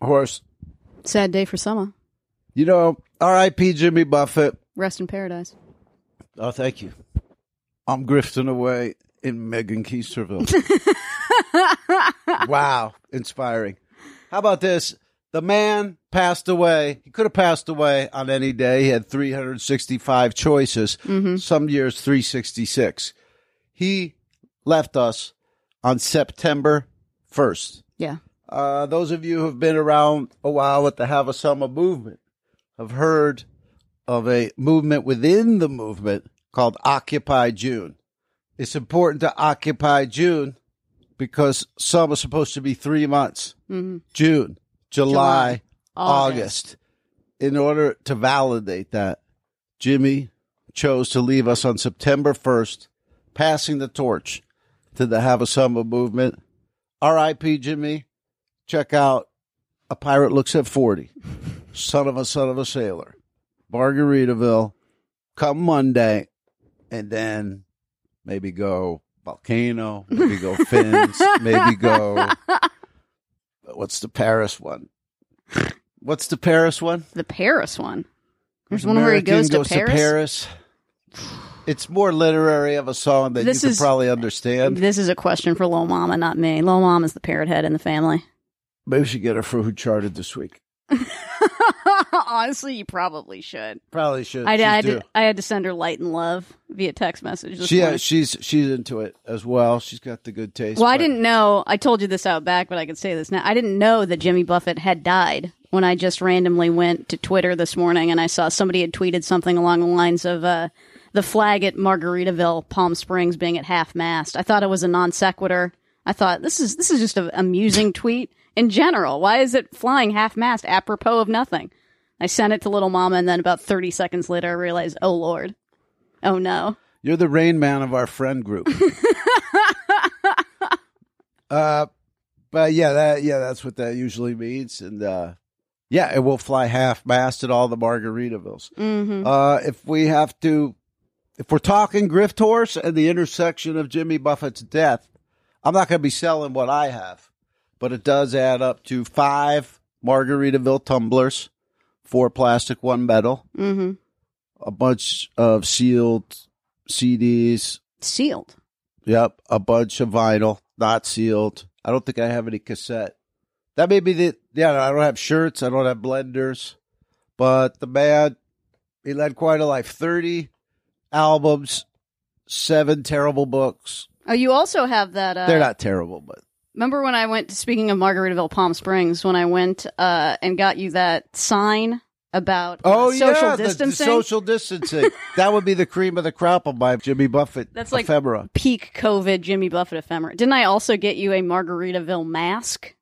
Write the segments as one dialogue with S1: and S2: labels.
S1: horse.
S2: Sad day for Summer.
S1: You know, R.I.P. Jimmy Buffett.
S2: Rest in paradise.
S1: Oh, thank you. I'm grifting away in Megan Keisterville. wow, inspiring. How about this? The man passed away. He could have passed away on any day. He had 365 choices, some years 366. He left us on September 1st.
S2: Yeah.
S1: Uh, those of you who've been around a while with the Have a Summer movement have heard of a movement within the movement called Occupy June. It's important to occupy June because summer is supposed to be three months June, July,
S2: July, August.
S1: August. In order to validate that, Jimmy chose to leave us on September 1st, passing the torch to the Have a Summer movement. RIP, Jimmy. Check out A Pirate Looks at 40, Son of a Son of a Sailor, Margaritaville. Come Monday, and then maybe go Volcano, maybe go Fins, maybe go. What's the Paris one? What's the Paris one?
S2: The Paris one. There's one where he
S1: American
S2: goes, to Paris.
S1: It's more literary of a song that
S2: This
S1: you can
S2: is-
S1: probably understand.
S2: This is a question for Lil Mama, not me. Lil Mama's the parrot head in the family.
S1: Maybe we should get her for who charted this week.
S2: Honestly, you probably should.
S1: Probably should.
S2: I, I,
S1: She's
S2: had
S1: due.
S2: to, I had to send her light and love via text message. This
S1: She, uh,
S2: morning.
S1: she's she's into it as well. She's got the good taste.
S2: Well, I
S1: but-
S2: didn't know. I told you this out back, but I could say this now. I didn't know that Jimmy Buffett had died when I just randomly went to Twitter this morning and I saw somebody had tweeted something along the lines of uh, the flag at Margaritaville, Palm Springs, being at half mast. I thought it was a non sequitur. I thought this is this is just an amusing tweet in general. Why is it flying half mast apropos of nothing? I sent it to Little Mama, and then about thirty seconds later, I realized, oh lord, oh no.
S1: You're the rain man of our friend group. uh, but yeah, that yeah, that's what that usually means, and uh, yeah, it will fly half mast at all the Margaritavilles.
S2: Mm-hmm.
S1: Uh, if we have to, if we're talking Grift Horse and the intersection of Jimmy Buffett's death, I'm not going to be selling what I have, but it does add up to five Margaritaville tumblers, four plastic, one metal,
S2: Mm-hmm.
S1: a bunch of sealed CDs,
S2: Sealed.
S1: Yep, a bunch of vinyl, not sealed. I don't think I have any cassette. That may be the yeah. I don't have shirts. I don't have blenders. But the man, he led quite a life. Thirty albums, seven terrible books.
S2: Oh, you also have that. Uh,
S1: They're not terrible, but
S2: Remember when I went, speaking of Margaritaville Palm Springs, when I went uh, and got you that sign about uh,
S1: oh
S2: social
S1: yeah, the-
S2: distancing?
S1: The, social distancing. that would be the cream of the crop of my Jimmy Buffett.
S2: That's like-
S1: ephemera.
S2: Peak COVID Jimmy Buffett ephemera. Didn't I also get you a Margaritaville mask?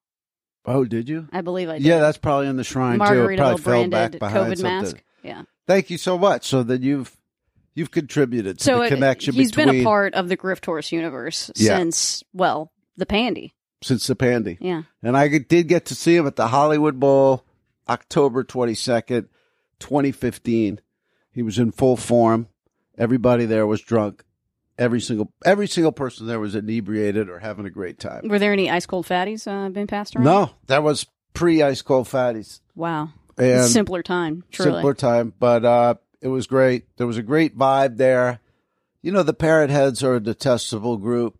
S1: Oh, did you?
S2: I believe I did.
S1: Yeah, that's probably in the shrine too. It probably
S2: Margaritaville
S1: fell back
S2: branded
S1: behind
S2: COVID
S1: something.
S2: mask. Yeah.
S1: Thank you so much. So that you've you've contributed to
S2: So
S1: the
S2: it,
S1: connection
S2: he's
S1: between
S2: been a part of the Grift Horse universe
S1: Yeah.
S2: since, well, the Pandy.
S1: since the pandy.
S2: Yeah.
S1: And I did get to see him at the Hollywood Bowl, October twenty second, twenty fifteen. He was in full form. Everybody there was drunk. Every single every single person there was inebriated or having a great time.
S2: Were there any ice cold fatties uh, been passed around?
S1: No, that was pre ice cold fatties
S2: Wow.
S1: and
S2: Simpler time, truly.
S1: simpler time. But uh, it was great. There was a great vibe there. You know, the parrot heads are a detestable group,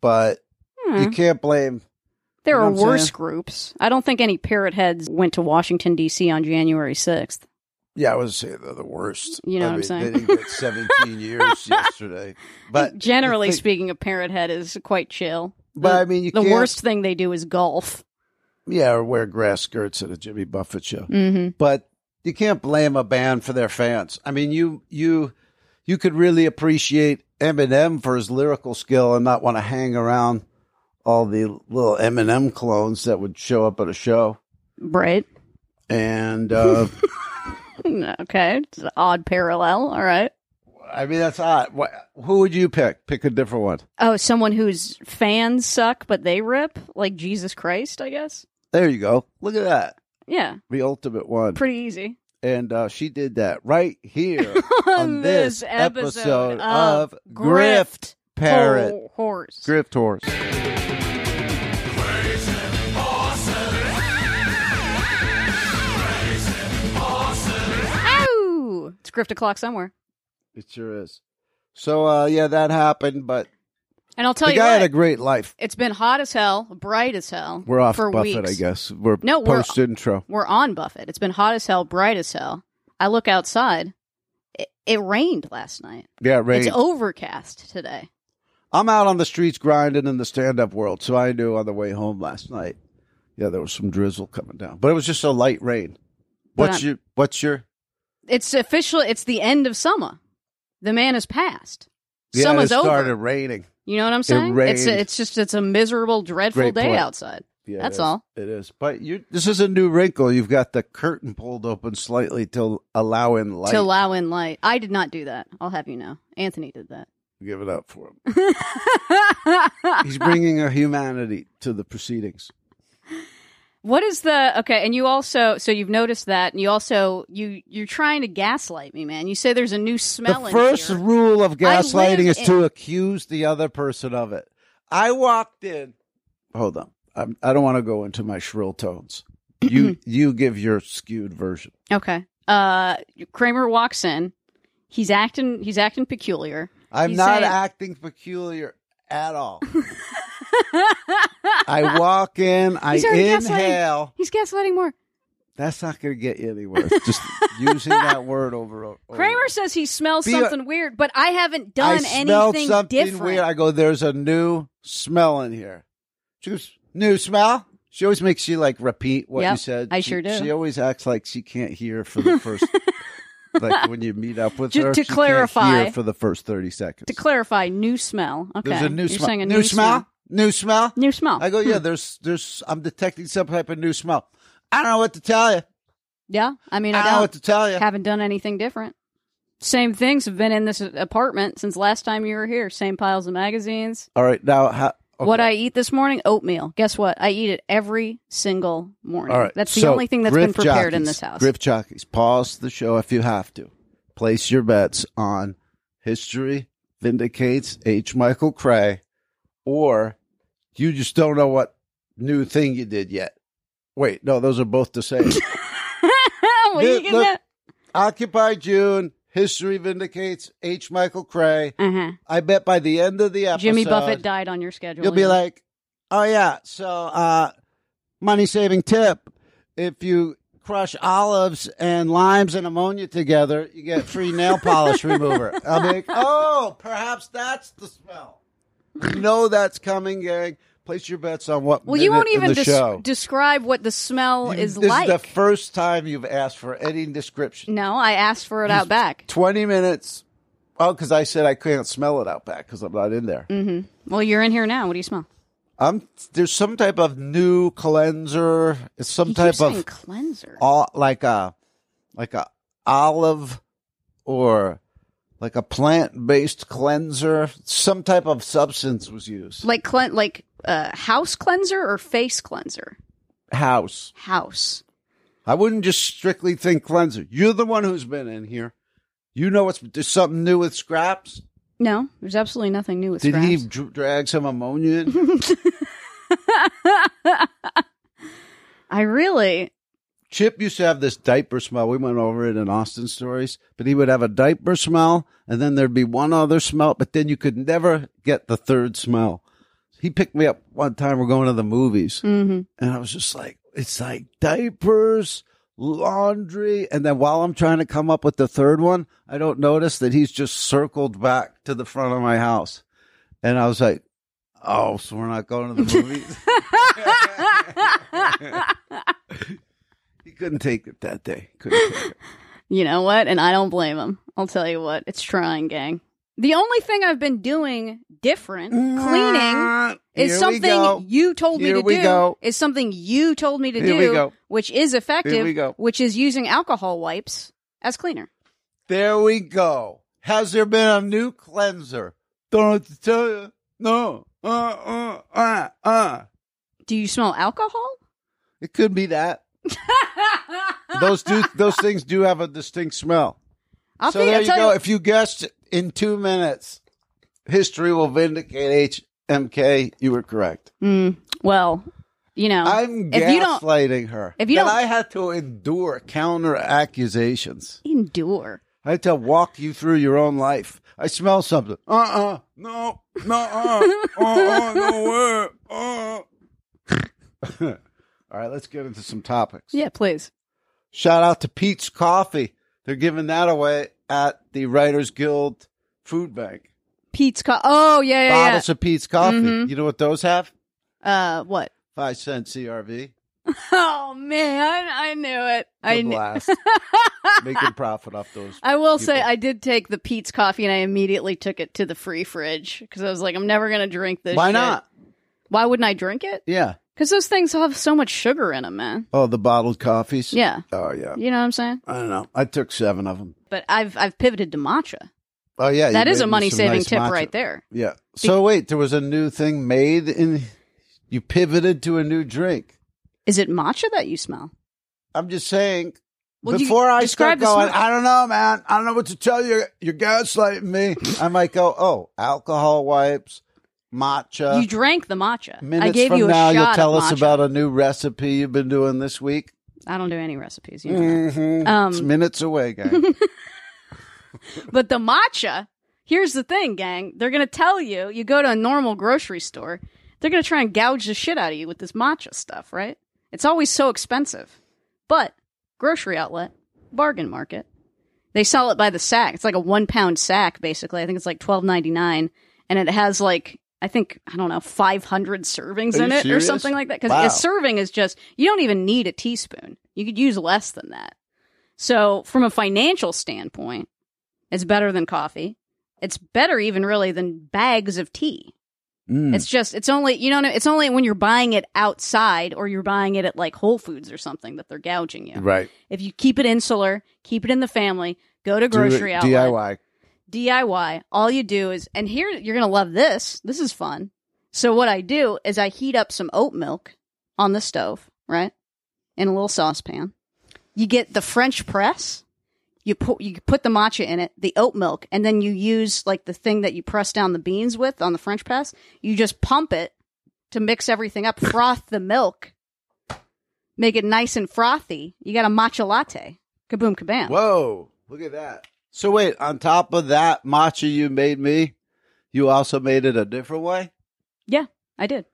S1: but
S2: Hmm.
S1: you can't blame
S2: There
S1: You know
S2: are
S1: what I'm
S2: worse
S1: saying?
S2: groups. I don't think any parrot heads went to Washington D.C. on January sixth.
S1: Yeah, I would say they're the worst.
S2: You know
S1: I
S2: what I'm
S1: mean,
S2: saying?
S1: They didn't get 17 years yesterday. But
S2: Generally
S1: the thing-
S2: speaking, a parrot head is quite chill.
S1: But
S2: the,
S1: I mean, you
S2: the
S1: can't-
S2: worst thing they do is golf.
S1: yeah, or wear grass skirts at a Jimmy Buffett show.
S2: Mm-hmm.
S1: But you can't blame a band for their fans. I mean, you you you could really appreciate Eminem for his lyrical skill and not want to hang around all the little Eminem clones that would show up at a show.
S2: Right?
S1: And uh,
S2: Okay, it's an odd parallel. All right.
S1: I mean, that's odd. What, who would you pick? Pick a different one.
S2: Oh, someone whose fans suck but they rip, like Jesus Christ, I guess.
S1: There you go. Look at that.
S2: Yeah,
S1: The ultimate one.
S2: pretty easy.
S1: and uh, she did that right here on
S2: On
S1: this
S2: this
S1: episode
S2: episode
S1: of
S2: of
S1: Grift
S2: Grift
S1: Parrot
S2: Whole horse.
S1: Grift Horse.
S3: Crazy horses.
S2: script o'clock somewhere.
S1: It sure is. So uh, yeah, that happened, but
S2: And I'll tell
S1: the
S2: you
S1: guy
S2: what,
S1: had a great life.
S2: it's been hot as hell, bright as hell.
S1: We're off
S2: for
S1: Buffett,
S2: weeks.
S1: I guess. We're
S2: No, we're-
S1: post intro.
S2: We're on Buffett. It's been hot as hell, bright as hell. I look outside. It, it rained last night.
S1: Yeah, it rained.
S2: It's overcast today.
S1: I'm out on the streets grinding in the stand up world, so I knew on the way home last night. Yeah, there was some drizzle coming down, but it was just a light rain.
S2: But
S1: What's
S2: I'm-
S1: your What's your
S2: It's official. It's the end of summer. The man has passed.
S1: yeah?
S2: Summer's
S1: it started
S2: over.
S1: raining.
S2: You know what I'm saying? it's
S1: rained.
S2: it's just it's a miserable, dreadful
S1: Great
S2: day
S1: point.
S2: outside.
S1: Yeah, it
S2: That's
S1: is.
S2: all.
S1: It is. But you this is a new wrinkle. You've got the curtain pulled open slightly to allow in light.
S2: To allow in light. I did not do that. I'll have you know. Anthony did that.
S1: Give it up for him. He's bringing a humanity to the proceedings.
S2: What is the okay? And you also so you've noticed that, and you also you you're trying to gaslight me, man. You say there's a new smell.
S1: the first
S2: in here.
S1: rule of gaslighting is
S2: in-
S1: to accuse the other person of it. I walked in. Hold on. I'm, I don't want to go into my shrill tones. You you give your skewed version.
S2: okay. Uh, Kramer walks in. He's acting. He's acting peculiar.
S1: I'm
S2: You
S1: not
S2: say-
S1: acting peculiar at all. I walk in. I
S2: He's already gaslighting.
S1: inhale.
S2: He's gaslighting more.
S1: That's not going to get you anywhere. Just using that word over. over.
S2: Kramer says he smells
S1: Oh. Be-
S2: something weird, but I haven't
S1: I
S2: done
S1: smelled
S2: anything
S1: something
S2: different.
S1: weird. I go, there's a new smell in here. She goes, new smell? She always makes you like repeat what you
S2: Yep,
S1: said.
S2: I
S1: She-
S2: sure do.
S1: She always acts like she can't hear for the first, like when you meet up with
S2: Ju-
S1: her.
S2: to
S1: she can't
S2: clarify-
S1: hear for the first 30 seconds.
S2: to clarify, new smell. Okay,
S1: there's a new
S2: You're
S1: smell.
S2: saying a
S1: new, smell? New smell?
S2: New smell.
S1: I go, yeah, there's, there's, I'm detecting some type of new smell. I don't know what to tell you.
S2: yeah. I mean,
S1: I
S2: I
S1: don't know what to
S2: don't
S1: tell you.
S2: haven't done anything different. Same things have been in this apartment since last time you were here. Same piles of magazines.
S1: All right. Now, how, okay.
S2: What I eat this morning? Oatmeal. Guess what? I eat it every single morning.
S1: All right.
S2: That's the
S1: so,
S2: only thing that's
S1: Griff
S2: been prepared in
S1: jockeys-
S2: this house.
S1: Griff jockeys, pause the show if you have to. Place your bets on history vindicates H. Michael Cray, or you just don't know what new thing you did yet. Wait, no, those are both the same.
S2: what are you
S1: Look-
S2: getting
S1: look.
S2: at?
S1: Occupy June. History vindicates H. Michael Cray.
S2: Uh-huh.
S1: I bet by the end of the episode,
S2: Jimmy Buffett died on your schedule.
S1: You'll be
S2: yeah.
S1: like, oh yeah. So, uh, money saving tip: if you crush olives and limes and ammonia together, you get free nail polish remover. I'll be like, oh, perhaps that's the smell. You know that's coming, gang. Place your bets on what.
S2: well, you
S1: minute
S2: won't
S1: in
S2: even
S1: the show.
S2: des- describe what the smell is
S1: this
S2: like.
S1: is the first time you've asked for any description.
S2: no, I asked for it out back.
S1: Twenty minutes. Oh, because I said I couldn't smell it out back because I'm not in there.
S2: Well, you're in here now. What do you smell?
S1: I'm there's some type of new cleanser. It's some
S2: You keep
S1: type
S2: saying
S1: of
S2: cleanser.
S1: all like a like a olive or like a plant based cleanser. Some type of substance was used.
S2: like cle- like uh, house cleanser or face cleanser?
S1: House.
S2: House.
S1: I wouldn't just strictly think cleanser. You're the one who's been in here. You know what's there's something new with scraps.
S2: No, there's absolutely nothing new with
S1: Did
S2: scraps.
S1: he dr- drag some ammonia? in?
S2: I really.
S1: Chip used to have this diaper smell. We went over it in Austin stories, but he would have a diaper smell, and then there'd be one other smell, but then you could never get the third smell. He picked me up one time. We're going to the movies,
S2: Mhm.
S1: and I was just like, it's like diapers, laundry, and then while I'm trying to come up with the third one, I don't notice that he's just circled back to the front of my house, and I was like, oh, so we're not going to the movies. he couldn't take it that day. Couldn't take it.
S2: You know what? And I don't blame him. I'll tell you what. It's trying, gang. The only thing I've been doing different, cleaning,
S1: Mm-hmm.
S2: is
S1: Here we
S2: something
S1: go.
S2: you told
S1: Here
S2: me to
S1: we
S2: do.
S1: go.
S2: Is something you told me to
S1: Here
S2: do,
S1: we go.
S2: which is effective,
S1: Here we go.
S2: which is using alcohol wipes as cleaner.
S1: There we go. Has there been a new cleanser? Don't know what to tell you. No. Uh, uh, uh, uh.
S2: Do you smell alcohol?
S1: It could be that. those do those things do have a distinct smell.
S2: I'll,
S1: so
S2: fig-
S1: there
S2: I'll
S1: you
S2: tell
S1: go.
S2: you
S1: If you guessed in two minutes, history will vindicate HMK. You were correct.
S2: Mm, well, you know,
S1: I'm
S2: Oh. if you don't
S1: gaslighting her.
S2: if you
S1: That
S2: don't-
S1: I had to endure counter accusations.
S2: endure,
S1: I had to walk you through your own life. I smell something. Uh uh No. No. Uh. Uh uh. No way. Uh. All right, let's get into some topics.
S2: Yeah, please.
S1: Shout out to Pete's Coffee. They're giving that away at the Writers Guild Food Bank.
S2: Pete's co- Oh, yeah, yeah, yeah.
S1: Bottles of Pete's Coffee.
S2: Mhm.
S1: You know what those have?
S2: Uh, what?
S1: Five cent CRV.
S2: Oh man, I knew it. I
S1: Good
S2: knew.
S1: blast. Making profit off those.
S2: I will say
S1: people.
S2: I did take the Pete's coffee and I immediately took it to the free fridge because I was like, I'm never gonna drink this.
S1: Why
S2: shit.
S1: not?
S2: Why wouldn't I drink it?
S1: Yeah.
S2: Because those things have so much sugar in them, man.
S1: Oh, the bottled coffees.
S2: Yeah,
S1: Oh yeah.
S2: you know what I'm saying.
S1: I don't know. I took seven of them.
S2: But I've I've pivoted to matcha.
S1: Oh yeah.
S2: That
S1: you
S2: is
S1: made
S2: a
S1: me
S2: money
S1: some
S2: saving
S1: nice
S2: tip
S1: matcha.
S2: right there.
S1: Yeah. So wait, there was a new thing made in. You pivoted to a new drink.
S2: Is it matcha that you smell?
S1: I'm just saying.
S2: Well, you
S1: before I start
S2: describe the
S1: going,
S2: smell.
S1: I don't know, man. I don't know what to tell you. You're gaslighting me. I might go, oh, alcohol wipes, matcha.
S2: you drank the matcha.
S1: Uh, Minutes
S2: I gave
S1: from
S2: you a
S1: now,
S2: shot
S1: you'll
S2: of
S1: tell us
S2: matcha.
S1: about a new recipe you've been doing this week.
S2: I don't do any recipes. You know. that.
S1: Mm-hmm.
S2: Um,
S1: it's minutes away, guys.
S2: But the matcha, here's the thing, gang. They're going to tell you, you go to a normal grocery store, they're going to try and gouge the shit out of you with this matcha stuff, right? It's always so expensive. But grocery outlet, bargain market, they sell it by the sack. It's like a one pound sack, basically. I think it's like twelve ninety nine, and it has like I think I don't know five hundred servings
S1: Are
S2: in
S1: you
S2: it
S1: serious?
S2: or something like that. Because
S1: Wow.
S2: a serving is just you don't even need a teaspoon. You could use less than that. So from a financial standpoint, it's better than coffee. It's better even really than bags of tea.
S1: Mm.
S2: It's just it's only you know it's only when you're buying it outside or you're buying it at like Whole Foods or something that they're gouging you.
S1: right.
S2: If you keep it insular, keep it in the family, go to
S1: Do it
S2: grocery outlet,
S1: DIY.
S2: DIY. All you do is, and here you're gonna love this. This is fun. So what I do is I heat up some oat milk on the stove, right, in a little saucepan. You get the French press. You put you put the matcha in it, the oat milk, and then you use like the thing that you press down the beans with on the French press. You just pump it to mix everything up. Froth the milk, make it nice and frothy. You got a matcha latte. Kaboom, kabam.
S1: Whoa, look at that. So wait, on top of that matcha you made me, you also made it a different way?
S2: Yeah, I did.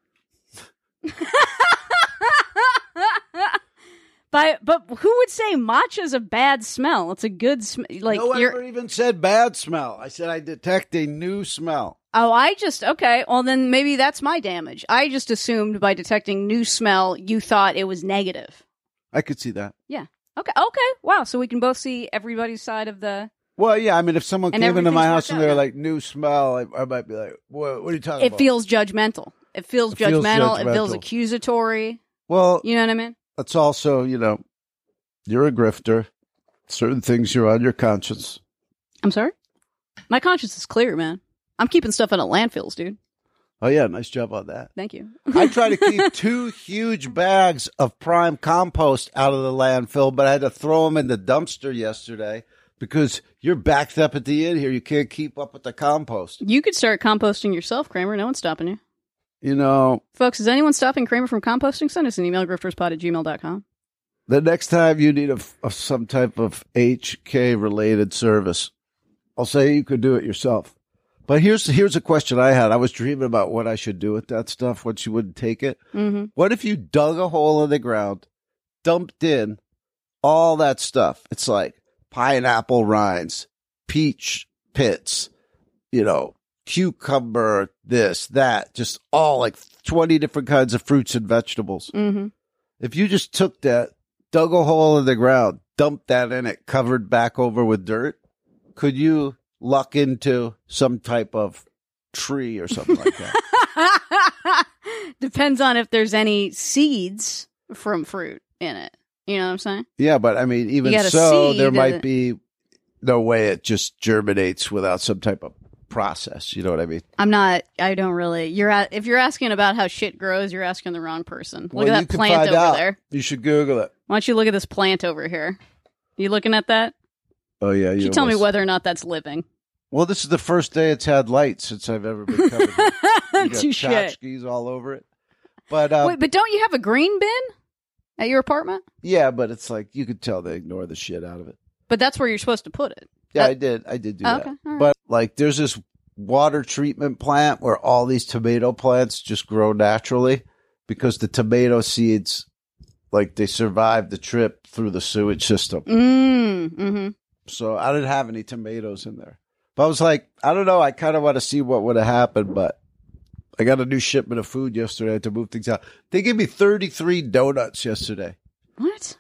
S2: but but who would say matcha's a bad smell? It's a good smell. Like
S1: no one
S2: you're
S1: ever even said bad smell. I said I detect a new smell.
S2: oh, I just okay. Well, then maybe that's my damage. I just assumed by detecting new smell, you thought it was negative.
S1: I could see that.
S2: Okay, okay, wow. So we can both see everybody's side of the.
S1: Well, yeah, I mean, if someone
S2: And
S1: came into my
S2: everything's
S1: house
S2: worked
S1: and
S2: out
S1: they're
S2: now.
S1: like, new smell, I, I might be like, what, what are you talking
S2: It
S1: about?
S2: feels judgmental. It feels
S1: It feels
S2: judgmental. It feels
S1: judgmental.
S2: accusatory.
S1: well,
S2: You know what I mean?
S1: it's also, you know, you're a grifter. Certain things you're on your conscience.
S2: I'm sorry. My conscience is clear, man. I'm keeping stuff out of landfills, dude.
S1: Oh, yeah, nice job on that.
S2: Thank you.
S1: I try to keep two huge bags of prime compost out of the landfill, but I had to throw them in the dumpster yesterday because you're backed up at the end here. You can't keep up with the compost.
S2: You could start composting yourself, Kramer. No one's stopping you.
S1: You know,
S2: Folks, is anyone stopping Kramer from composting? Send us an email, grifterspot at gmail.com.
S1: the next time you need a, a- some type of HK related service, I'll say you could do it yourself. But here's here's a question I had. I was dreaming about what I should do with that stuff once you wouldn't take it.
S2: Mm-hmm.
S1: What if you dug a hole in the ground, dumped in all that stuff? It's like pineapple rinds, peach pits, you know, cucumber, this, that, just all like 20 different kinds of fruits and vegetables.
S2: Mm-hmm.
S1: If you just took that, dug a hole in the ground, dumped that in it, covered back over with dirt, could you luck into some type of tree or something like that?
S2: Depends on if there's any seeds from fruit in it. You know what I'm saying?
S1: Yeah, but I mean, even
S2: got a
S1: so,
S2: seed
S1: there
S2: and
S1: might
S2: it-
S1: be no way it just germinates without some type of process. You know what I mean?
S2: I'm not, I don't really. You're at, If you're asking about how shit grows, you're asking the wrong person. Look
S1: Well, you
S2: at that
S1: can
S2: plant
S1: find
S2: over
S1: out.
S2: there.
S1: You should Google it.
S2: Why don't you look at this plant over here? You looking at that?
S1: Oh yeah,
S2: You
S1: you
S2: tell me
S1: almost-
S2: whether or not that's living.
S1: Well, this is the first day it's had light since I've ever been covered. here. You got
S2: Touche.
S1: tchotchkes all over it. But um,
S2: Wait, but don't you have a green bin at your apartment?
S1: yeah, but it's like you could tell they ignore the shit out of it.
S2: But that's where you're supposed to put it.
S1: Yeah,
S2: That-
S1: I did. I did do
S2: Oh,
S1: that.
S2: okay. All right.
S1: But like, there's this water treatment plant where all these tomato plants just grow naturally because the tomato seeds, like, they survive the trip through the sewage system.
S2: Mm, mm-hmm.
S1: So I didn't have any tomatoes in there. But I was like, I don't know. I kind of want to see what would have happened, but I got a new shipment of food yesterday I had to move things out. They gave me 33 donuts yesterday.
S2: What?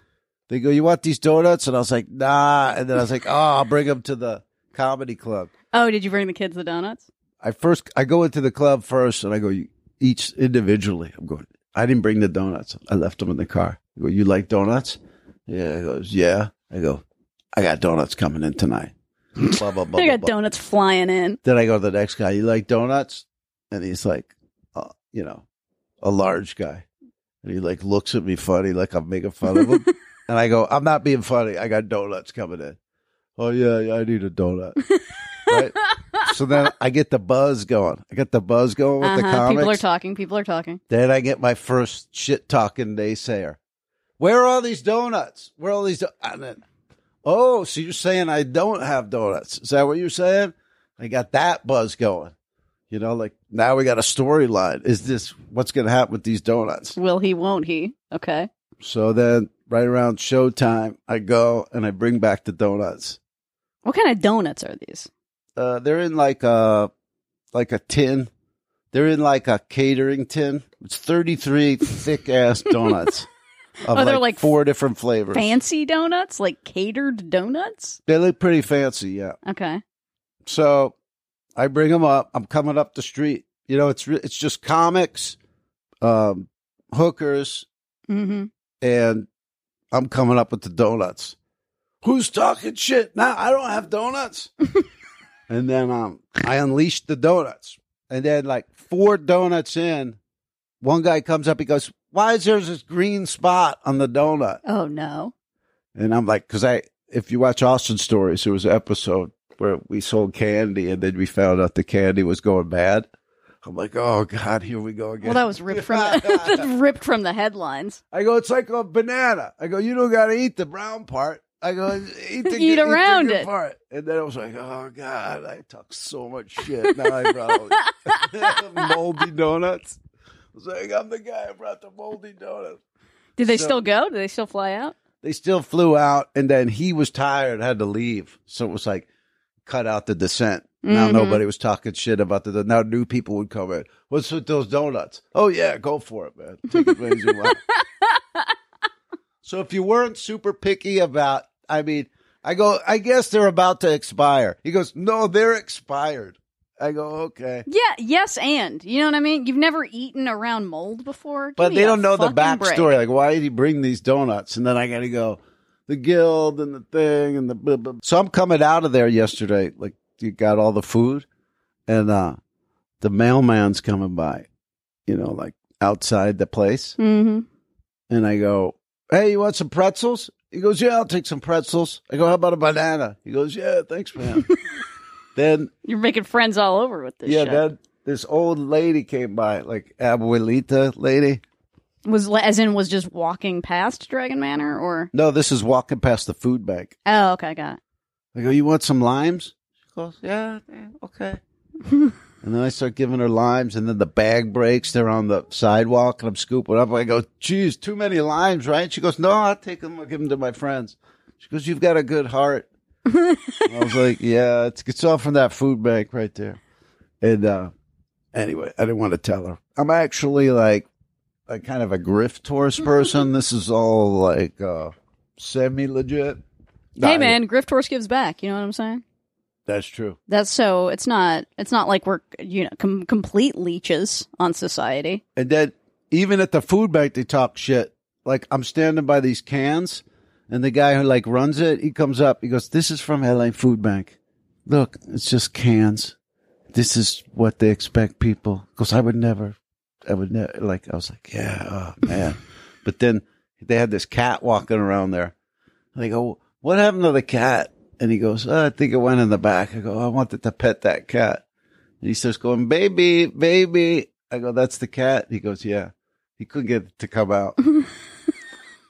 S1: They go, You want these donuts? And I was like, Nah. And then I was like, Oh, I'll bring them to the comedy club.
S2: Oh, did you bring the kids the donuts?
S1: I first, I go into the club first and I go, "You- Each individually. I'm going, I didn't bring the donuts. I left them in the car. I go, You like donuts? Yeah. He goes, Yeah. I go, I got donuts coming in tonight. blah, blah, blah. blah,
S2: I got
S1: blah.
S2: donuts flying in.
S1: Then I go to the next guy. You like donuts? And he's like, uh, you know, a large guy. And he like looks at me funny, like I'm making fun of him. and I go, I'm not being funny. I got donuts coming in. Oh yeah, yeah I need a donut. right. So then I get the buzz going. I get the buzz going with the
S2: Uh-huh.
S1: comics.
S2: People are talking. People are talking.
S1: then I get my first shit talking naysayer. Where are all these donuts? Where are all these? Do-? And then, oh, so you're saying I don't have donuts? Is that what you're saying? I got that buzz going. You know, like now we got a storyline. Is this what's going to happen with these donuts?
S2: Will he? Won't he? Okay.
S1: So then, right around showtime, I go and I bring back the donuts.
S2: What kind of donuts are these?
S1: Uh, they're in like a like a tin. They're in like a catering tin. It's thirty three thick ass donuts. Of
S2: Oh, they're
S1: like,
S2: like
S1: four different flavors.
S2: Fancy donuts, like catered donuts.
S1: They look pretty fancy, yeah.
S2: Okay.
S1: So I bring them up. I'm coming up the street. You know, it's re- it's just comics, um, hookers,
S2: Mm-hmm.
S1: and I'm coming up with the donuts. Who's talking shit now? I don't have donuts. and then um, I unleashed the donuts, and then like four donuts in, one guy comes up. He goes, "Why is there this green spot on the donut?"
S2: Oh no.
S1: And I'm like, because I, if you watch Austin Stories, there was an episode where we sold candy and then we found out the candy was going bad. I'm like, oh God, here we go again.
S2: Well, that was ripped from the, ripped from the headlines.
S1: I go, it's like a banana. I go, you don't got to eat the brown part. I go, eat the
S2: Eat
S1: the
S2: around
S1: good
S2: it.
S1: part. And then I was like, oh God, I talk so much shit. Now I brought moldy donuts. I was like, I'm the guy who brought the moldy donuts.
S2: Did they
S1: So-
S2: still go? Did they still fly out?
S1: they still flew out and then he was tired had to leave so it was like cut out the dissent now
S2: Mhm.
S1: nobody was talking shit about the now new people would come in what's with those donuts oh yeah go for it man Take it as you want. so if you weren't super picky about i mean i go i guess they're about to expire he goes no they're expired i go okay
S2: Yeah. Yes, and you know what I mean. You've never eaten around mold before, Give
S1: But
S2: me
S1: they
S2: a
S1: don't know the
S2: fucking break.
S1: backstory. Like, why did he bring these donuts? And then I got to go, the guild and the thing and the. Blah, blah. So I'm coming out of there yesterday. Like, you got all the food, and uh the mailman's coming by, you know, like outside the place.
S2: Mm-hmm.
S1: And I go, hey, you want some pretzels? He goes, yeah, I'll take some pretzels. I go, how about a banana? He goes, yeah, thanks, man. then
S2: You're making friends all over with this.
S1: yeah,
S2: shit.
S1: then this old lady came by, like abuelita lady.
S2: was as in was just walking past Dragon Manor, or
S1: No, this is walking past the food bank.
S2: oh, okay, got it.
S1: I go, you want some limes? She goes, yeah, yeah, okay. and then I start giving her limes, and then the bag breaks. They're on the sidewalk, and I'm scooping up. I go, geez, too many limes, right? She goes, no, I'll take them. I'll give them to my friends. She goes, you've got a good heart. I was like, yeah, it's, it's all from that food bank right there. And uh, anyway, I didn't want to tell her. I'm actually like a kind of a grift tourist person. this is all like uh, semi legit.
S2: hey, man, Grift Horse gives back. You know what I'm saying?
S1: That's true.
S2: That's so. It's not. It's not like we're you know com- complete leeches on society.
S1: And then even at the food bank, they talk shit. Like I'm standing by these cans, and the guy who like runs it, he comes up. He goes, "This is from LA Food Bank. Look, it's just cans. This is what they expect people." Because I would never, I would never. Like I was like, "Yeah, oh, man." but then they had this cat walking around there. And they go, "What happened to the cat?" And he goes, oh, "I think it went in the back." I go, "I wanted to pet that cat." And he starts going, baby, baby. I go, that's the cat. He goes, yeah. He couldn't get it to come out.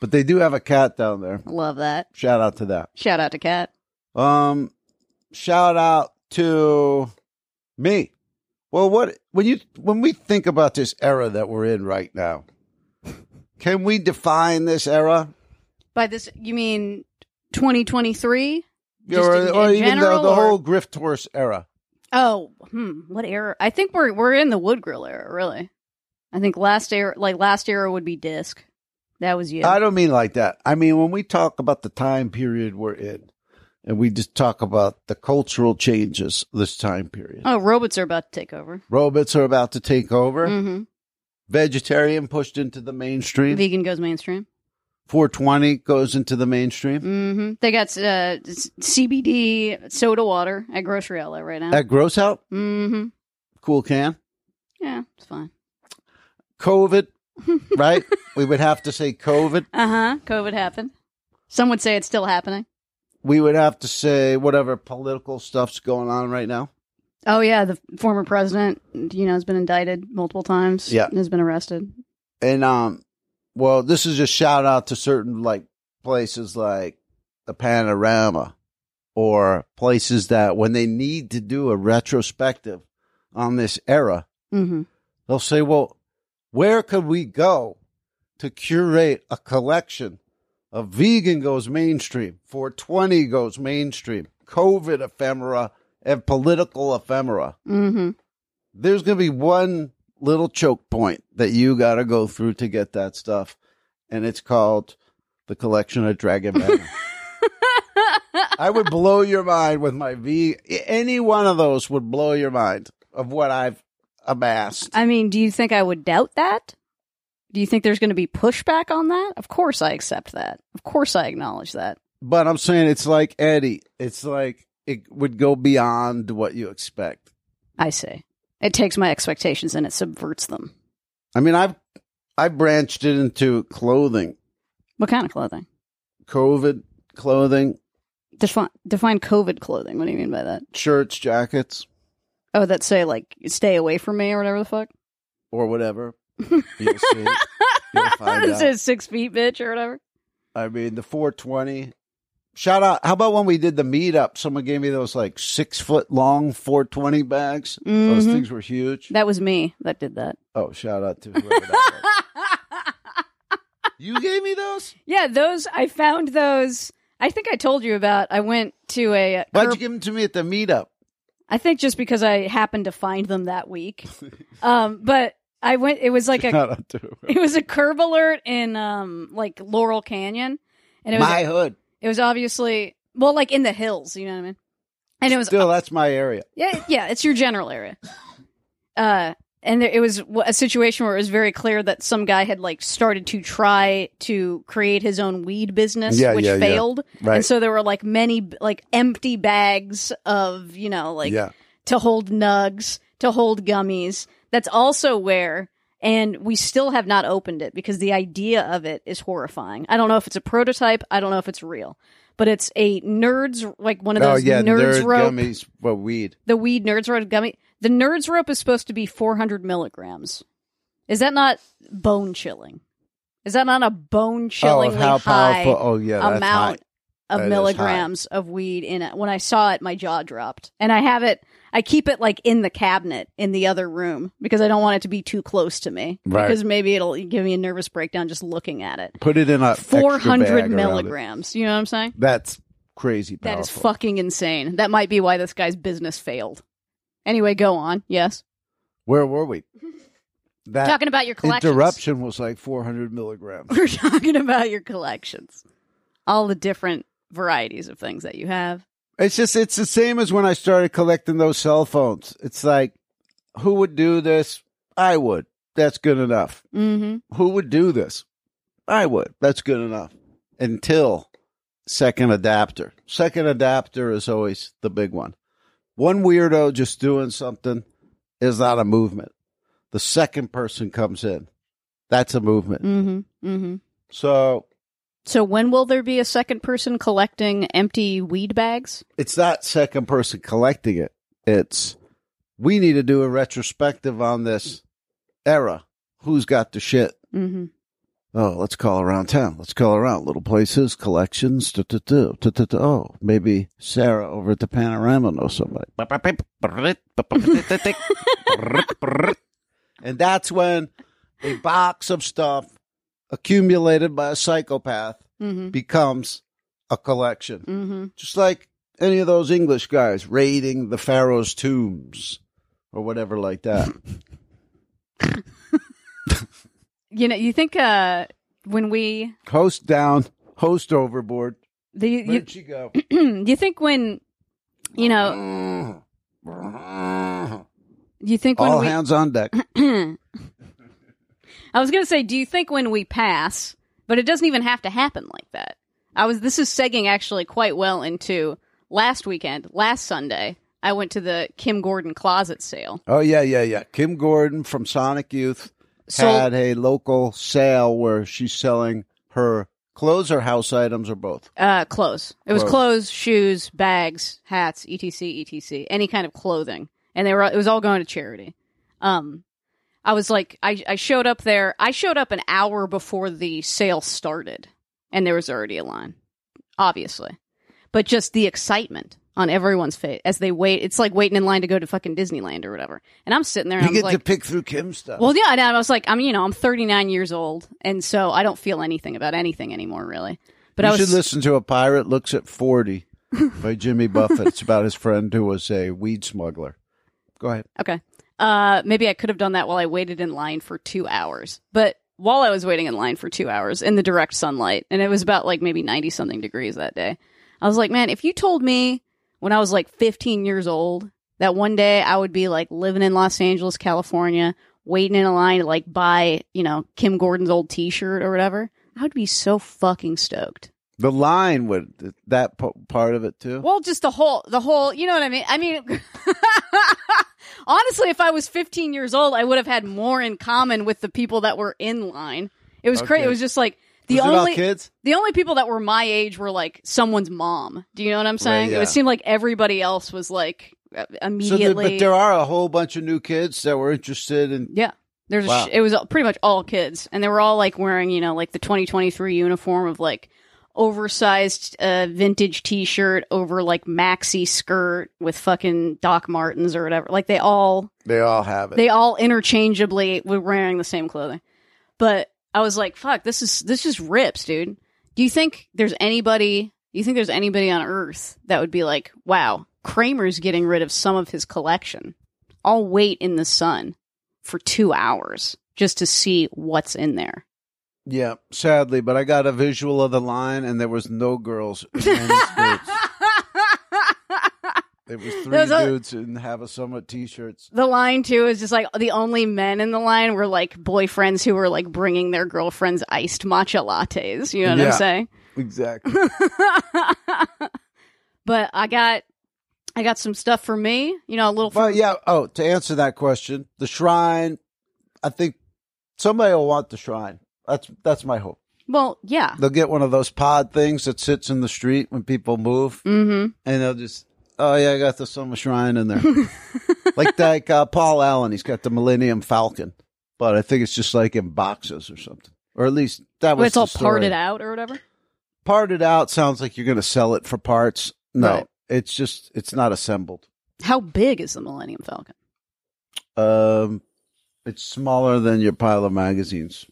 S1: but they do have a cat down there.
S2: Love that.
S1: Shout out to that.
S2: Shout out to Kat.
S1: Um, shout out to me. Well, what when you when we think about this era that we're in right now, can we define this era?
S2: By this, you mean 2023? Just
S1: or
S2: in-
S1: or
S2: in
S1: even the,
S2: general,
S1: the
S2: or-
S1: whole grift horse era.
S2: Oh, hmm, what era? I think we're we're in the wood grill era, really. I think last era, like last era, would be disc. That was you.
S1: I don't mean like that. I mean when we talk about the time period we're in, and we just talk about the cultural changes this time period.
S2: oh, robots are about to take over.
S1: Robots are about to take over.
S2: hmm
S1: Vegetarian pushed into the mainstream.
S2: Vegan goes mainstream.
S1: 420 goes into the mainstream.
S2: hmm They got uh, s- CBD soda water at grocery outlet right now.
S1: At Gross Out,
S2: hmm
S1: cool can.
S2: Yeah, it's fine.
S1: COVID, right? we would have to say COVID.
S2: Uh huh. COVID happened. Some would say it's still happening.
S1: We would have to say whatever political stuff's going on right now.
S2: Oh yeah, the former president, you know, has been indicted multiple times.
S1: Yeah.
S2: and has been arrested.
S1: And um well, this is a shout out to certain like places like the Panorama or places that when they need to do a retrospective on this era,
S2: hmm
S1: They'll say, well, where could we go to curate a collection of vegan goes mainstream, 420 goes mainstream, COVID ephemera, and political ephemera?
S2: hmm
S1: There's going to be one little choke point that you got to go through to get that stuff. And it's called the collection of Dragon Banner. I would blow your mind with my V. Any one of those would blow your mind of what I've amassed.
S2: I mean, do you think I would doubt that? Do you think there's going to be pushback on that? Of course, I accept that. Of course, I acknowledge that.
S1: But I'm saying it's like Eddie. It's like it would go beyond what you expect.
S2: I say it takes my expectations and it subverts them.
S1: I mean, I've I branched it into clothing,
S2: What kind of clothing?
S1: COVID clothing,
S2: Define define COVID clothing. What do you mean by that?
S1: shirts, jackets,
S2: Oh, that say like stay away from me or whatever the fuck.
S1: or whatever. You'll see. You'll find
S2: it
S1: out.
S2: says six feet, bitch, or whatever.
S1: I mean, the 420. Shout out! How about when we did the meetup? Someone gave me those like six foot long 420 bags. Those
S2: Mhm.
S1: things were huge.
S2: That was me that did that.
S1: Oh, shout out to whoever that was. You gave me those?
S2: yeah, those I found those. I think I told you about. I went to a. uh,
S1: Why'd you give them to me at the meetup?
S2: I think just because I happened to find them that week. um, but I went. It was like a.
S1: Shout out to whoever.
S2: It was a curb alert in um like Laurel Canyon, and it was
S1: my hood.
S2: it was obviously well like in the hills. You know what I mean? And it was
S1: Still, that's my area.
S2: yeah yeah it's your general area. Uh. And there, it was w- a situation where it was very clear that some guy had like started to try to create his own weed business,
S1: Yeah,
S2: which
S1: yeah, yeah.
S2: failed.
S1: Right.
S2: And so there were like many like empty bags of you know like
S1: yeah.
S2: to hold nugs, to hold gummies. That's also where, and we still have not opened it because the idea of it is horrifying. I don't know if it's a prototype. I don't know if it's real, but it's a nerds like one of
S1: Oh
S2: those
S1: yeah,
S2: nerds
S1: nerd
S2: rope,
S1: gummies for weed.
S2: the weed nerds rope gummy. The nerds rope is supposed to be 400 milligrams. Is that not bone chilling? Is that not a bone
S1: Oh,
S2: chillingly
S1: of how
S2: high
S1: powerful! Oh yeah, that's
S2: amount
S1: That
S2: of
S1: is high.
S2: milligrams of weed in it. When I saw it, my jaw dropped. And I have it, I keep it like in the cabinet in the other room because I don't want it to be too close to me.
S1: Right.
S2: Because maybe it'll give me a nervous breakdown just looking at it.
S1: high. Put it in a extra bag
S2: 400
S1: around it.
S2: milligrams. You know what I'm saying?
S1: That's crazy powerful.
S2: That is fucking insane. That might be why this guy's business failed. Anyway, go on. Yes.
S1: Where were we? That
S2: talking about your collections.
S1: Uh, interruption was like 400 milligrams.
S2: We're talking about your collections. All the different varieties of things that you have.
S1: it's just it's the same as when I started collecting those cell phones. It's like, who would do this? I would. That's good enough.
S2: Mm
S1: Who would do this? I would. That's good enough. Until second adapter. Second adapter is always the big one. One weirdo just doing something is not a movement. The second person comes in. That's a movement.
S2: hmm. Mm hmm. Mm hmm.
S1: So
S2: So when will there be a second person collecting empty weed bags?
S1: it's not second person collecting it. It's we need to do a retrospective on this era. Who's got the shit?
S2: Mm-hmm.
S1: oh, let's call around town. Let's call around little places, collections. duh, duh, duh, duh, duh, duh. Oh, maybe Sarah over at the Panorama knows somebody. And that's when a box of stuff accumulated by a psychopath
S2: Mm-hmm.
S1: becomes a collection.
S2: Mm-hmm.
S1: Just like any of those English guys raiding the Pharaoh's tombs or whatever like that.
S2: You know, you think uh, when we
S1: host down, host overboard.
S2: the you,
S1: Where'd she go?
S2: you think when you know you think when
S1: All
S2: we
S1: hands on deck.
S2: I was gonna say, do you think when we pass, but it doesn't even have to happen like that. I was this is segging actually quite well into last weekend, last Sunday. I went to the Kim Gordon closet sale.
S1: Oh yeah, yeah, yeah. Kim Gordon from Sonic Youth
S2: So-
S1: had a local sale where she's selling her clothes or house items or both.
S2: Uh, clothes. It was
S1: Clothes.
S2: clothes, shoes, bags, hats, E etc., etc. Any kind of clothing, and they were. It was all going to charity. Um, I was like, I, I showed up there. I showed up an hour before the sale started, and there was already a line, obviously. But just the excitement on everyone's face as they wait. It's like waiting in line to go to fucking Disneyland or whatever. And I'm sitting there, and
S1: You
S2: I'm
S1: get
S2: like,
S1: to pick through Kim stuff.
S2: well, yeah, and I was like, I'm, you know, I'm 39 years old, and so I don't feel anything about anything anymore, really. But
S1: you
S2: I was
S1: should listen to "A Pirate Looks at 40 by Jimmy Buffett. It's about his friend who was a weed smuggler. Go ahead.
S2: Okay. Uh, maybe I could have done that while I waited in line for two hours. But while I was waiting in line for two hours in the direct sunlight, and it was about like maybe 90 something degrees that day, I was like, man, if you told me when I was like 15 years old that one day I would be like living in Los Angeles, California, waiting in a line to like buy, you know, Kim Gordon's old t shirt or whatever, I would be so fucking stoked.
S1: The line would that p- part of it too.
S2: Well, just the whole, the whole, you know what I mean? I mean, honestly, if I was 15 years old, I would have had more in common with the people that were in line. It was crazy.
S1: Okay.
S2: It was just like the
S1: Was it all
S2: only
S1: kids.
S2: the only people that were my age were like someone's mom. Do you know what I'm saying?
S1: yeah.
S2: It would seem like everybody else was like uh,
S1: So there,
S2: immediately.
S1: but there are a whole bunch of new kids that were interested in
S2: yeah. There's
S1: Wow.
S2: a sh- it was all- pretty much all kids, and they were all like wearing you know like the 2023 uniform of like oversized uh, vintage T-shirt over like maxi skirt with fucking Doc Martens or whatever. Like they all
S1: They all have it.
S2: they all interchangeably were wearing the same clothing. But I was like, fuck, this is this just rips, dude. Do you think there's anybody do you think there's anybody on earth that would be like, wow, Kramer's getting rid of some of his collection. I'll wait in the sun for two hours just to see what's in there.
S1: yeah, sadly, but I got a visual of the line, and there was no girls. and men's boots. It was three
S2: Those are-
S1: dudes in have a summit t-shirts.
S2: the line too is just like the only men in the line were like boyfriends who were like bringing their girlfriends iced matcha lattes. You know what
S1: Yeah.
S2: I'm saying?
S1: Exactly.
S2: but I got I got some stuff for me. You know, a little.
S1: but yeah. Oh, to answer that question, the shrine. I think somebody will want the shrine. That's that's my hope.
S2: well, yeah.
S1: They'll get one of those pod things that sits in the street when people move,
S2: Mm-hmm.
S1: and they'll just. Oh yeah, I got the summer shrine in there, like like uh, Paul Allen. He's got the Millennium Falcon, but I think it's just like in boxes or something, or at least that was
S2: It's all
S1: the story.
S2: parted out or whatever.
S1: parted out sounds like you're going to sell it for parts. No,
S2: Right.
S1: it's just it's not assembled.
S2: How big is the Millennium Falcon?
S1: Um, it's smaller than your pile of magazines.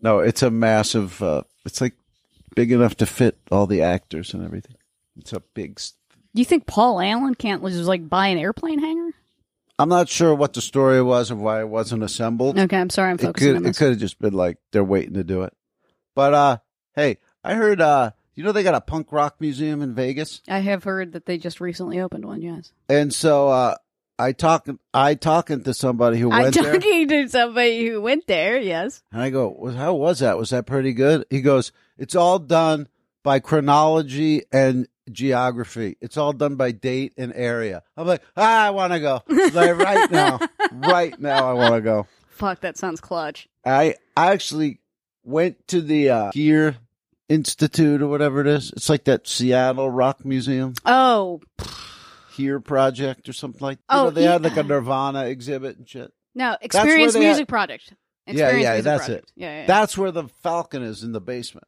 S1: No, it's a massive. Uh, it's like big enough to fit all the actors and everything. It's a big. s
S2: Do you think Paul Allen can't just like buy an airplane hangar?
S1: I'm not sure what the story was and why it wasn't assembled.
S2: Okay, I'm sorry, I'm
S1: it
S2: focusing on
S1: could it
S2: this.
S1: could have just been like they're waiting to do it. But uh, hey, I heard uh, you know they got a punk rock museum in Vegas.
S2: I have heard that they just recently opened one. Yes,
S1: And so uh, I talk I talking to somebody who
S2: I'm
S1: went there,
S2: talking to somebody who went there. Yes.
S1: and I go, well, "How was that? Was that pretty good?" He goes, "It's all done by chronology and geography. It's all done by date and area." I'm like, ah, "I want to go like right now, right now. I want to go."
S2: Fuck, that sounds clutch.
S1: I I actually went to the uh, Gear Institute or whatever it is. It's like that Seattle Rock Museum
S2: Oh
S1: Here Project or something like. You
S2: Oh,
S1: know, they had
S2: yeah.
S1: like a Nirvana exhibit and shit.
S2: no,
S1: where
S2: Experience
S1: they had-
S2: Music Project Experience
S1: yeah, yeah,
S2: Visa
S1: that's
S2: Project.
S1: it.
S2: Yeah, yeah, yeah.
S1: That's where the Falcon is in the basement.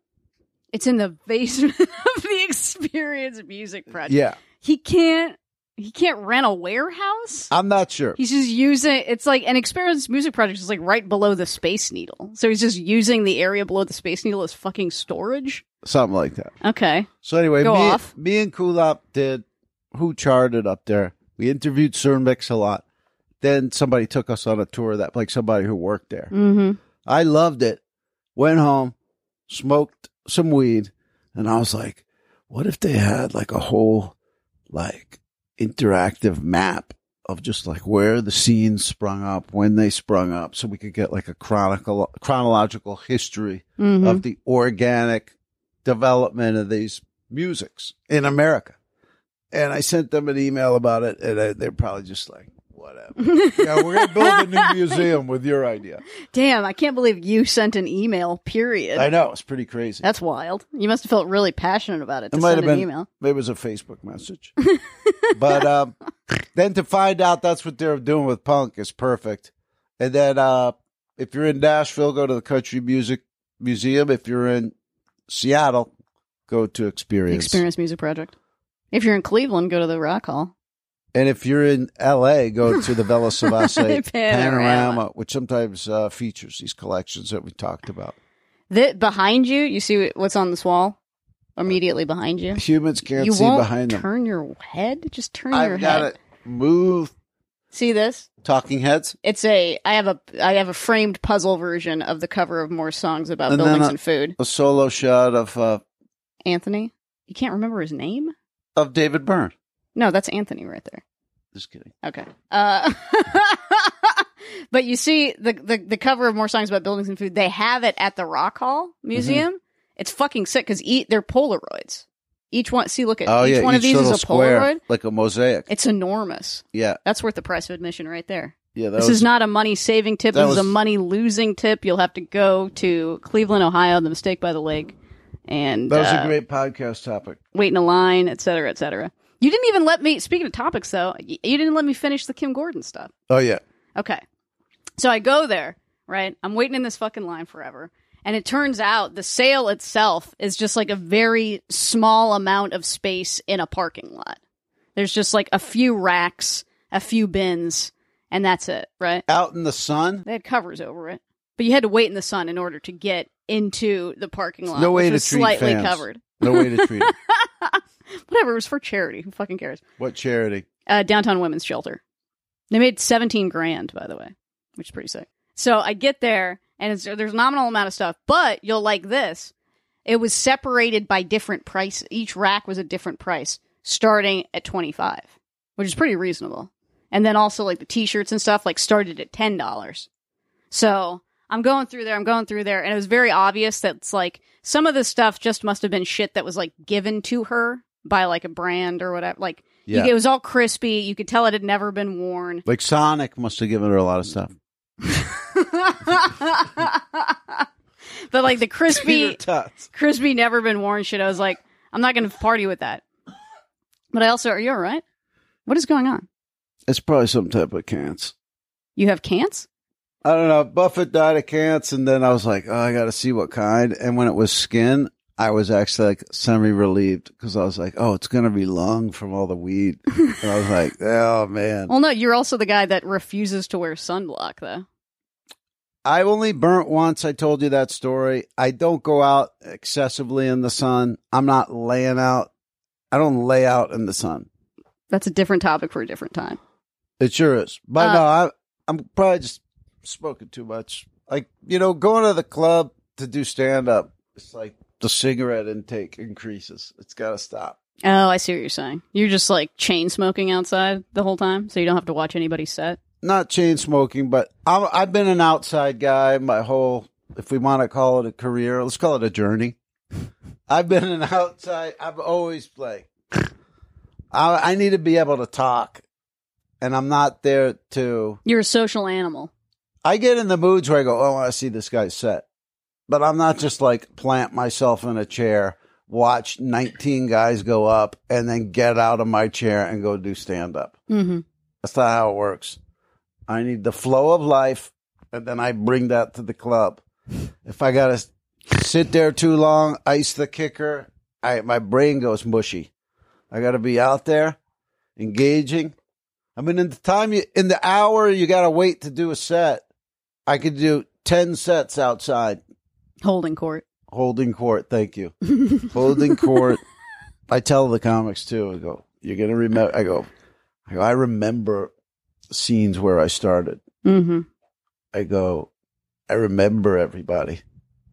S2: it's in the basement of the Experience Music Project.
S1: Yeah,
S2: He can't. He can't rent a warehouse.
S1: I'm not sure.
S2: He's just using it's like an experience music project is like right below the space needle. So he's just using the area below the space needle as fucking storage.
S1: Something like that.
S2: Okay.
S1: So anyway,
S2: Go
S1: me,
S2: off.
S1: me and Kulop did who charted up there. We interviewed Sir Mix a lot. Then somebody took us on a tour of that like somebody who worked there.
S2: Mm-hmm.
S1: I loved it. Went home, smoked some weed, and I was like, what if they had like a whole like interactive map of just like where the scenes sprung up, when they sprung up, so we could get like a chronicle chronological history
S2: Mm-hmm.
S1: of the organic development of these musics in America. And I sent them an email about it, and I, they're probably just like, whatever. yeah, we're going to build a new museum with your idea.
S2: Damn, I can't believe you sent an email, period.
S1: I know. It's pretty crazy.
S2: That's wild. You must have felt really passionate about it to
S1: It might
S2: send
S1: have
S2: an
S1: been
S2: email.
S1: maybe it was a Facebook message. but um, then to find out that's what they're doing with punk is perfect. And then uh, if you're in Nashville, go to the Country Music Museum. If you're in Seattle, go to
S2: The
S1: Experience.
S2: Experience Music Project. If you're in Cleveland, go to the Rock Hall.
S1: And if you're in LA, go to the Vela Savase
S2: Panorama.
S1: Panorama, which sometimes uh, features these collections that we talked about.
S2: Th- behind you, you see what's on this wall? Immediately behind you.
S1: Humans can't
S2: you
S1: see
S2: won't
S1: behind them.
S2: turn your head. Just turn your
S1: I've
S2: head.
S1: got to move
S2: See this?
S1: talking heads.
S2: It's a I have a I have a framed puzzle version of the cover of more songs about
S1: And then
S2: buildings
S1: I-
S2: and food.
S1: A solo shot of uh,
S2: Anthony, you can't remember his name?
S1: of David Byrne.
S2: No, that's Anthony right there.
S1: Just kidding.
S2: Okay. Uh, but you see the, the the cover of more songs about buildings and food. They have it at the Rock Hall Museum.
S1: Mm-hmm.
S2: It's fucking sick because eat they're Polaroids. Each one, see, look at
S1: Oh
S2: each
S1: yeah,
S2: one
S1: each
S2: of these is
S1: little
S2: a
S1: square,
S2: Polaroid.
S1: like a mosaic.
S2: It's enormous.
S1: yeah,
S2: That's worth the price of admission right there.
S1: yeah. That
S2: This
S1: was,
S2: is not a money saving tip.
S1: that
S2: This is a
S1: was-
S2: money losing tip. You'll have to go to Cleveland, Ohio, the mistake by the lake, and
S1: that was
S2: uh,
S1: a great podcast topic.
S2: wait in a line, et cetera, et cetera. You didn't even let me, speaking of topics though, y- you didn't let me finish the Kim Gordon stuff.
S1: Oh yeah,
S2: Okay. So I go there, right? I'm waiting in this fucking line forever. And it turns out the sale itself is just like a very small amount of space in a parking lot. There's just like a few racks, a few bins, and that's it, right?
S1: out in the sun.
S2: They had covers over it, but you had to wait in the sun in order to get into the parking lot.
S1: No way
S2: which
S1: to
S2: was
S1: treat
S2: slightly
S1: fans.
S2: covered.
S1: No way to treat it.
S2: Whatever, it was for charity. Who fucking cares?
S1: What charity?
S2: uh, downtown women's shelter. They made seventeen grand, by the way, which is pretty sick. So I get there, and it's, there's a nominal amount of stuff, but you'll like this. It was separated by different price. Each rack was a different price, starting at twenty five, which is pretty reasonable. And then also like the t-shirts and stuff like started at ten dollars. So I'm going through there, I'm going through there, and it was very obvious that it's like some of this stuff just must have been shit that was like given to her by like a brand or whatever. Like you-
S1: Yeah.
S2: it was all crispy. You could tell it had never been worn.
S1: Like Sonic must have given her a lot of stuff.
S2: but like the
S1: Peter
S2: crispy,
S1: Tots.
S2: crispy never been worn shit. I was like, I'm not going to party with that. But I also, are you all right? What is going on?
S1: It's probably some type of cancer.
S2: You have cans?
S1: I don't know. Buffett died of cancer, and then I was like, oh, I got to see what kind. And when it was skin, I was actually like semi relieved because I was like, oh, it's gonna be lung from all the weed. and I was like, oh man.
S2: Well, no, you're also the guy that refuses to wear sunblock, though.
S1: I only burnt once. I told you that story. I don't go out excessively in the sun. I'm not laying out. I don't lay out in the sun.
S2: That's a different topic for a different time.
S1: It sure is. But
S2: Uh,
S1: no, I, I'm probably just smoking too much. Like, you know, going to the club to do stand up, it's like the cigarette intake increases. It's got to stop.
S2: Oh, I see what you're saying. You're just like chain smoking outside the whole time, so you don't have to watch anybody set.
S1: Not chain smoking, but I'm, I've been an outside guy my whole, if we want to call it a career, let's call it a journey. I've been an outside, I've always like, I, I need to be able to talk. And I'm not there to
S2: You're a social animal.
S1: I get in the moods where I go, oh, I want to see this guy's set. But I'm not just like plant myself in a chair, watch 19 guys go up, and then get out of my chair and go do stand up.
S2: Mm-hmm.
S1: That's not how it works. I need the flow of life and then I bring that to the club. If I gotta s- sit there too long, ice the kicker, I my brain goes mushy. I gotta be out there, engaging. I mean, in the time you in the hour you gotta wait to do a set, I could do ten sets outside
S2: Holding court.
S1: holding court. Thank you, holding court. I tell the comics too. I go, you're gonna remember. I go, I go. I remember scenes where I started.
S2: Mm-hmm.
S1: I go, I remember everybody.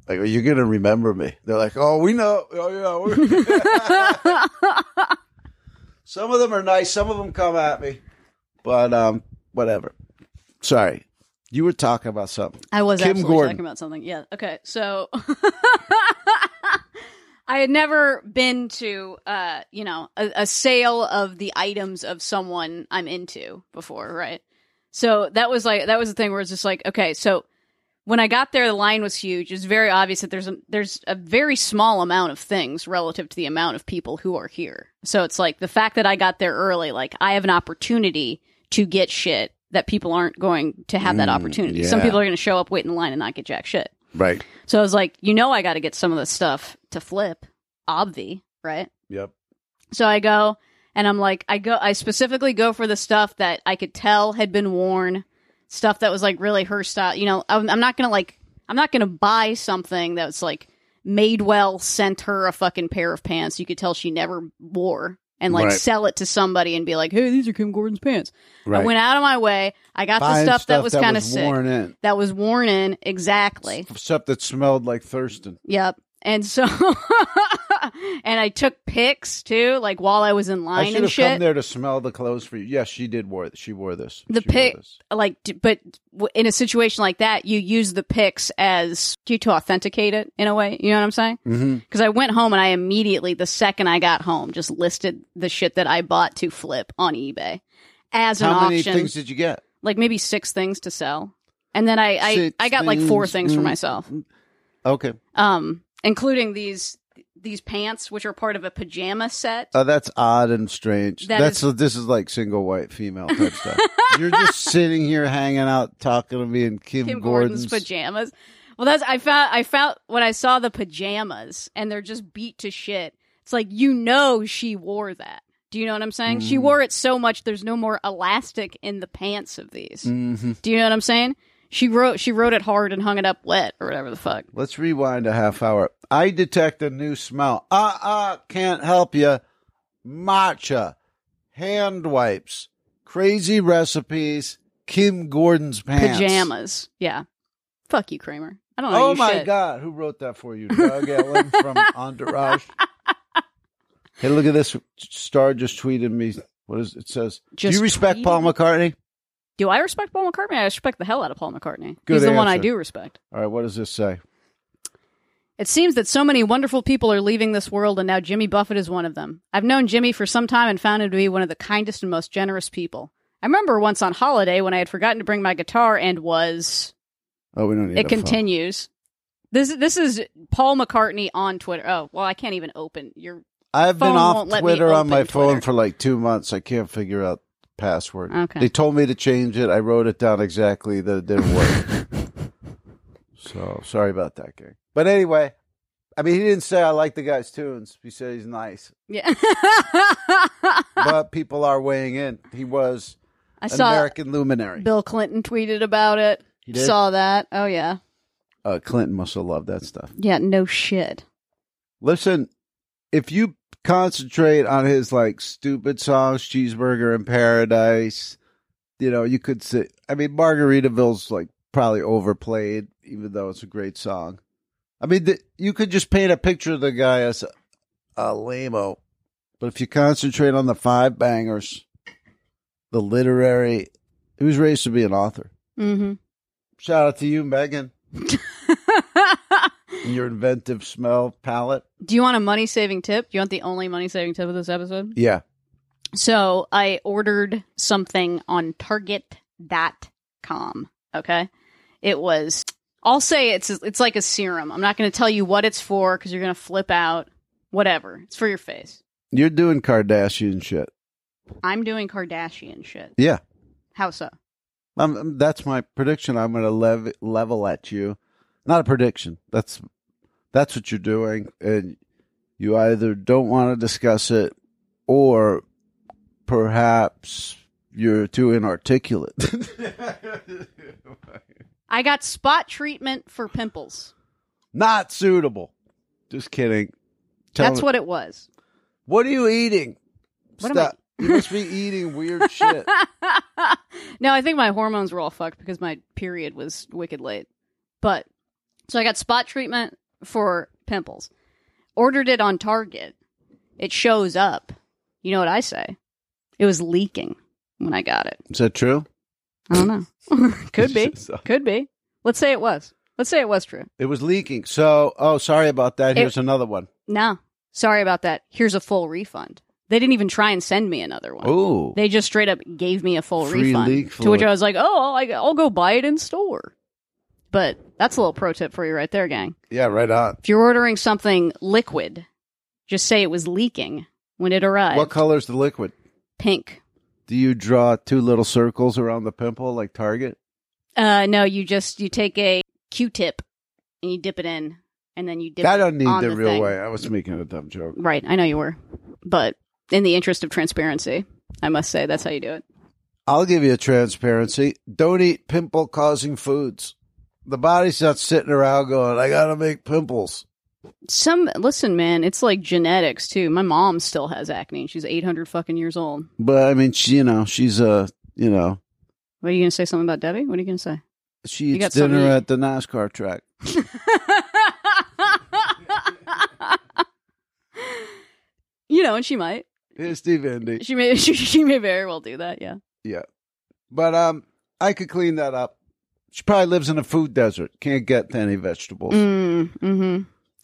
S1: I go, you're gonna remember me. They're like, oh, we know. Oh yeah. we- some of them are nice. Some of them come at me, but um, whatever. Sorry, you were talking about something.
S2: I was
S1: Kim
S2: absolutely
S1: Gordon.
S2: talking about something. Yeah. Okay. So I had never been to, uh, you know, a, a sale of the items of someone I'm into before, right? So that was like that was the thing where it's just like, okay, so when I got there, the line was huge. It's very obvious that there's a, there's a very small amount of things relative to the amount of people who are here. So it's like the fact that I got there early, like I have an opportunity to get shit that people aren't going to have that
S1: Mm,
S2: opportunity. Some
S1: yeah.
S2: people are going to show up, wait in line, and not get jack shit.
S1: Right.
S2: So I was like, you know, I got to get some of this stuff to flip, obvi, right?
S1: Yep.
S2: So I go and I'm like, I go, I specifically go for the stuff that I could tell had been worn, stuff that was like really her style. You know, I'm, I'm not gonna like, I'm not gonna buy something that's like Madewell sent her a fucking pair of pants you could tell she never wore and like
S1: Right.
S2: sell it to somebody and be like, hey, these are Kim Gordon's pants. I went out of my way. I got
S1: Find
S2: the stuff, that was kind of
S1: was
S2: sick.
S1: worn in.
S2: That was worn in exactly.
S1: Stuff that smelled like Thurston.
S2: Yep. And so, and I took pics too, like while I was in
S1: I
S2: line
S1: should
S2: and
S1: have
S2: shit.
S1: come there to smell the clothes for you. Yes, she did wear. She wore this.
S2: The
S1: She wore
S2: pic-
S1: this.
S2: like d- but w- in a situation like that you use the pics as you to authenticate it in a way you know what i'm saying
S1: Mhm.
S2: because i went home and i immediately the second i got home just listed the shit that i bought to flip on ebay as an
S1: How many
S2: auction
S1: things did you get?
S2: like maybe six things to sell and then i i,
S1: Six
S2: I got like four
S1: things,
S2: things for
S1: mm.
S2: myself
S1: Okay.
S2: um including these these pants which are part of a pajama set
S1: Oh, that's odd and strange.
S2: That
S1: that's this is like single white female type stuff. You're just sitting here hanging out, talking to me and Kim,
S2: Kim Gordon's,
S1: Gordon's.
S2: pajamas. Well, that's I found I found when I saw the pajamas and they're just beat to shit. It's like you know she wore that. Do you know what I'm saying? She
S1: Mhm.
S2: wore it so much there's no more elastic in the pants of these.
S1: Mhm.
S2: Do you know what I'm saying? She wrote she wrote it hard and hung it up wet or whatever the fuck.
S1: Let's rewind a half hour. I detect a new smell. Uh uh, can't help you. Matcha, hand wipes, crazy recipes, Kim Gordon's pants.
S2: Pajamas. Yeah. Fuck you, Kramer. I don't know.
S1: Oh
S2: you
S1: my
S2: shit.
S1: God, who wrote that for you? Doug Ellen from Entourage. Hey, look at this. Star just tweeted me. What is it? says? Do
S2: Just
S1: you respect
S2: tweeted?
S1: Paul McCartney?
S2: Do I respect Paul McCartney? I respect the hell out of Paul McCartney.
S1: Good
S2: He's the one I
S1: answer.
S2: do respect.
S1: All right, what does this say?
S2: It seems that so many wonderful people are leaving this world, and now Jimmy Buffett is one of them. I've known Jimmy for some time and found him to be one of the kindest and most generous people. I remember once on holiday when I had forgotten to bring my guitar and was.
S1: Oh, we don't need.
S2: it
S1: a phone.
S2: continues. This this is Paul McCartney on Twitter. Oh well, I can't even open your.
S1: I've been
S2: phone
S1: off
S2: won't let me
S1: Twitter on
S2: open
S1: my phone
S2: Twitter.
S1: for like two months. I can't figure out the password.
S2: Okay.
S1: They told me to change it. I wrote it down exactly that it didn't work. so sorry about that, gang. But anyway, I mean, he didn't say I like the guy's tunes. He said he's nice,
S2: Yeah,
S1: but people are weighing in. He was
S2: I
S1: an
S2: saw
S1: American luminary.
S2: Bill Clinton tweeted about it.
S1: He did?
S2: Saw that. Oh yeah,
S1: uh, Clinton must have loved that stuff.
S2: yeah. No shit.
S1: Listen, if you concentrate on his like stupid songs, Cheeseburger in Paradise, you know, you could say, I mean, Margaritaville's like probably overplayed, even though it's a great song. I mean, th- you could just paint a picture of the guy as a, a lame-o. But if you concentrate on the five bangers, the literary, he was raised to be an author.
S2: Mm-hmm.
S1: Shout out to you, Megan, and your inventive smell palette.
S2: Do you want a money saving tip? Do you want the only money saving tip of this episode?
S1: Yeah.
S2: So I ordered something on target.com. Okay. It was, I'll say it's, it's like a serum. I'm not going to tell you what it's for because you're going to flip out. Whatever. It's for your face.
S1: You're doing Kardashian shit.
S2: I'm doing Kardashian shit.
S1: Yeah.
S2: How so?
S1: Um, that's my prediction. I'm going to lev- level at you. Not a prediction. That's that's what you're doing, and you either don't want to discuss it, or perhaps you're too inarticulate.
S2: I got spot treatment for pimples.
S1: Not suitable. Just kidding. Tell
S2: That's
S1: me-
S2: what it was.
S1: What are you eating?
S2: What am I-
S1: Stop. you must be eating weird shit.
S2: no, I think my hormones were all fucked because my period was wicked late. But so I got spot treatment for pimples. Ordered it on Target. It shows up. You know what I say? It was leaking when I got it.
S1: Is that true?
S2: I don't know. Could be.
S1: So-
S2: Could be. Let's say it was. Let's say it was true.
S1: It was leaking. So, oh, sorry about that.
S2: It-
S1: Here's another one.
S2: No. Sorry about that. Here's a full refund. They didn't even try and send me another one.
S1: Oh,
S2: They just straight up gave me a full
S1: Free leak
S2: refund. To
S1: fluid.
S2: which I was like, oh, I'll, I'll go buy it in store. But that's a little pro tip for you right there, gang.
S1: yeah, right on.
S2: If you're ordering something liquid, just say it was leaking when it arrived.
S1: What color's the liquid?
S2: Pink.
S1: Do you draw two little circles around the pimple like Target?
S2: Uh, no, you just you take a Q-tip and you dip it in, and then you dip.
S1: I
S2: it
S1: don't need
S2: on
S1: the,
S2: the
S1: real
S2: thing.
S1: way. I was making a dumb joke.
S2: Right, I know you were, but in the interest of transparency, I must say that's how you do it.
S1: I'll give you a transparency. Don't eat pimple causing foods. The body's not sitting around going, I got to make pimples.
S2: Some listen, man, it's like genetics too. My mom still has acne. She's eight hundred fucking years old.
S1: But I mean, she, you know, she's a, you know,
S2: What are you gonna say? Something about Debbie? What are you gonna say?
S1: she
S2: got
S1: eats
S2: something
S1: dinner
S2: to eat.
S1: at the NASCAR track.
S2: you know, and she might.
S1: Here's Steve Indy.
S2: She may. She, she may very well do that. Yeah.
S1: But um, I could clean that up. She probably lives in a food desert. Can't get any vegetables.
S2: Mm, hmm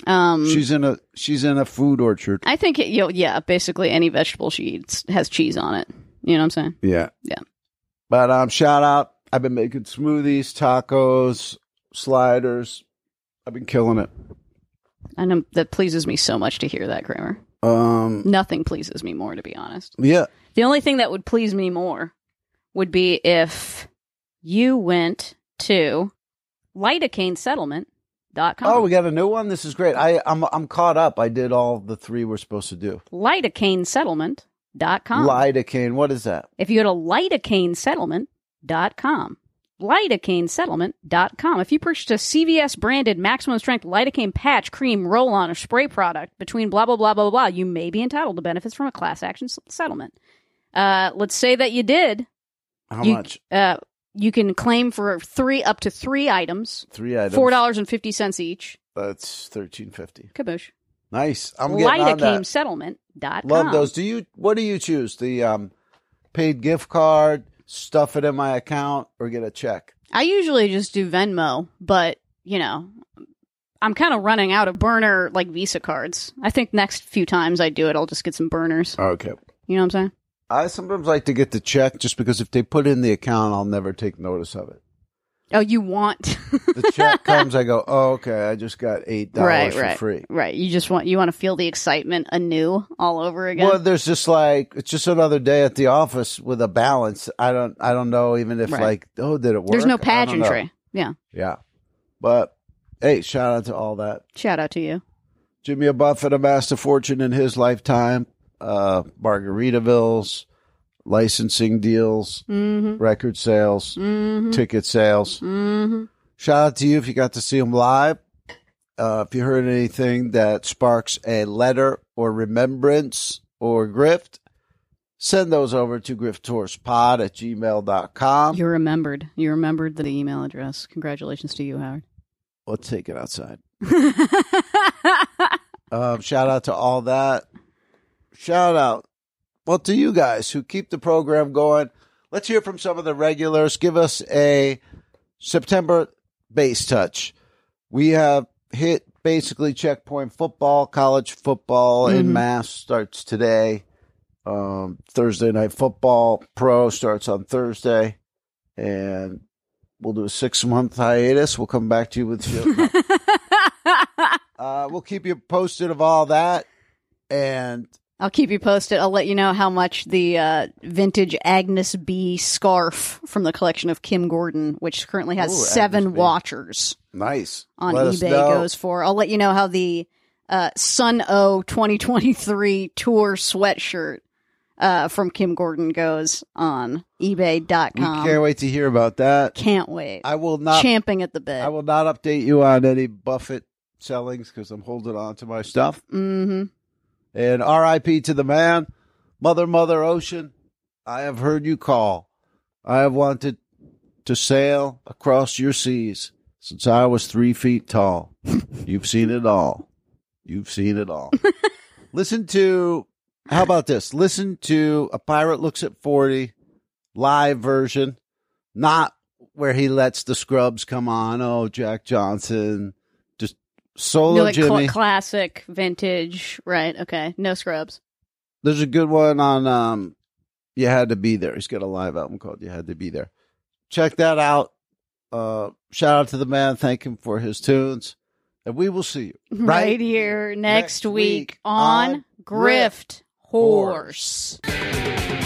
S2: Um.
S1: She's in a she's in a food orchard.
S2: I think it, you know, yeah. Basically, any vegetable she eats has cheese on it. You know what I'm saying?
S1: Yeah.
S2: Yeah.
S1: But um shout out. I've been making smoothies, tacos, sliders. I've been killing it.
S2: And um, that pleases me so much to hear that, Kramer.
S1: Um
S2: Nothing pleases me more, to be honest.
S1: yeah.
S2: The only thing that would please me more would be if you went to lidocaine
S1: Oh, we got a new one. This is great. I I'm I'm caught up. I did all the three we're supposed to do.
S2: lidocaine
S1: Lidocaine, what is that?
S2: If you go to lidocaine lidocaine If you purchase a CVS branded maximum strength lidocaine patch, cream, roll on, or spray product between blah, blah, blah, blah, blah, you may be entitled to benefits from a class action s- settlement. Uh, let's say that you did.
S1: How
S2: you,
S1: much?
S2: Uh, you can claim for three up to three items,
S1: Three items.
S2: four dollars and fifty cents each.
S1: That's thirteen fifty.
S2: Kaboosh.
S1: Nice. I'm getting on that.
S2: Lidocaine
S1: Love those. Do you? What do you choose? The um, paid gift card, stuff it in my account, or get a check?
S2: I usually just do Venmo, but you know, I'm kind of running out of burner like Visa cards. I think next few times I do it, I'll just get some burners.
S1: Okay.
S2: You know what I'm saying?
S1: I sometimes like to get the check just because if they put it in the account, I'll never take notice of it.
S2: Oh, you want
S1: The check comes, I go, oh, okay, I just got eight dollars
S2: Right,
S1: for
S2: right.
S1: free.
S2: right? You just want you want to feel the excitement anew all over again.
S1: Well, there's just like it's just another day at the office with a balance. I don't, I don't know even if
S2: Right.
S1: like, oh, did it work?
S2: There's
S1: I
S2: no
S1: don't know.
S2: pageantry. Yeah.
S1: Yeah, but hey, shout out to all that.
S2: Shout out to you.
S1: Jimmy Buffett amassed a fortune in his lifetime. Uh, Margaritavilles, licensing deals,
S2: Mm-hmm.
S1: record sales,
S2: Mm-hmm.
S1: ticket sales.
S2: Mm-hmm.
S1: Shout out to you if you got to see him live. Uh, if you heard anything that sparks a letter or remembrance or grift, send those over to grifttourspod at gmail.com.
S2: You remembered. You remembered the email address. Congratulations to you, Howard.
S1: Let's take it outside. Um, shout out to all that. Shout out. Well, to you guys who keep the program going. Let's hear from some of the regulars. Give us a September base touch. We have hit basically checkpoint football, college football in
S2: Mhm.
S1: mass starts today. Um, Thursday night football pro starts on Thursday, and we'll do a six month hiatus. We'll come back to you with. Uh, we'll keep you posted of all that. And
S2: I'll keep you posted. I'll let you know how much the uh, vintage Agnes B scarf from the collection of Kim Gordon, which currently has
S1: Ooh, Agnes
S2: seven
S1: B.
S2: watchers
S1: Nice.
S2: on
S1: Let us
S2: eBay
S1: know.
S2: goes for. I'll let you know how the uh, Sun O 2023 tour sweatshirt uh, from Kim Gordon goes on
S1: We
S2: eBay.com.
S1: can't wait to hear about that.
S2: Can't wait.
S1: I will not.
S2: Champing at the bit.
S1: I will not update you on any Buffett sellings because I'm holding on to my stuff.
S2: mm-hmm.
S1: And RIP to the man, Mother, Mother Ocean. I have heard you call. I have wanted to sail across your seas since I was three feet tall. You've seen it all. You've seen it all. Listen to, how about this? Listen to A Pirate Looks at 40 live version, not where he lets the scrubs come on. Oh, Jack Johnson, just solo
S2: You're like cl-
S1: Jimmy.
S2: classic, vintage, right? Okay, no scrubs.
S1: There's a good one on um You Had to Be There. He's got a live album called You Had to Be There. Check that out. Uh shout out to the man, thank him for his tunes. And we will see you.
S2: Right, here next,
S1: next
S2: week,
S1: week
S2: on
S1: on Grift
S2: Grift Horse.
S1: Horse.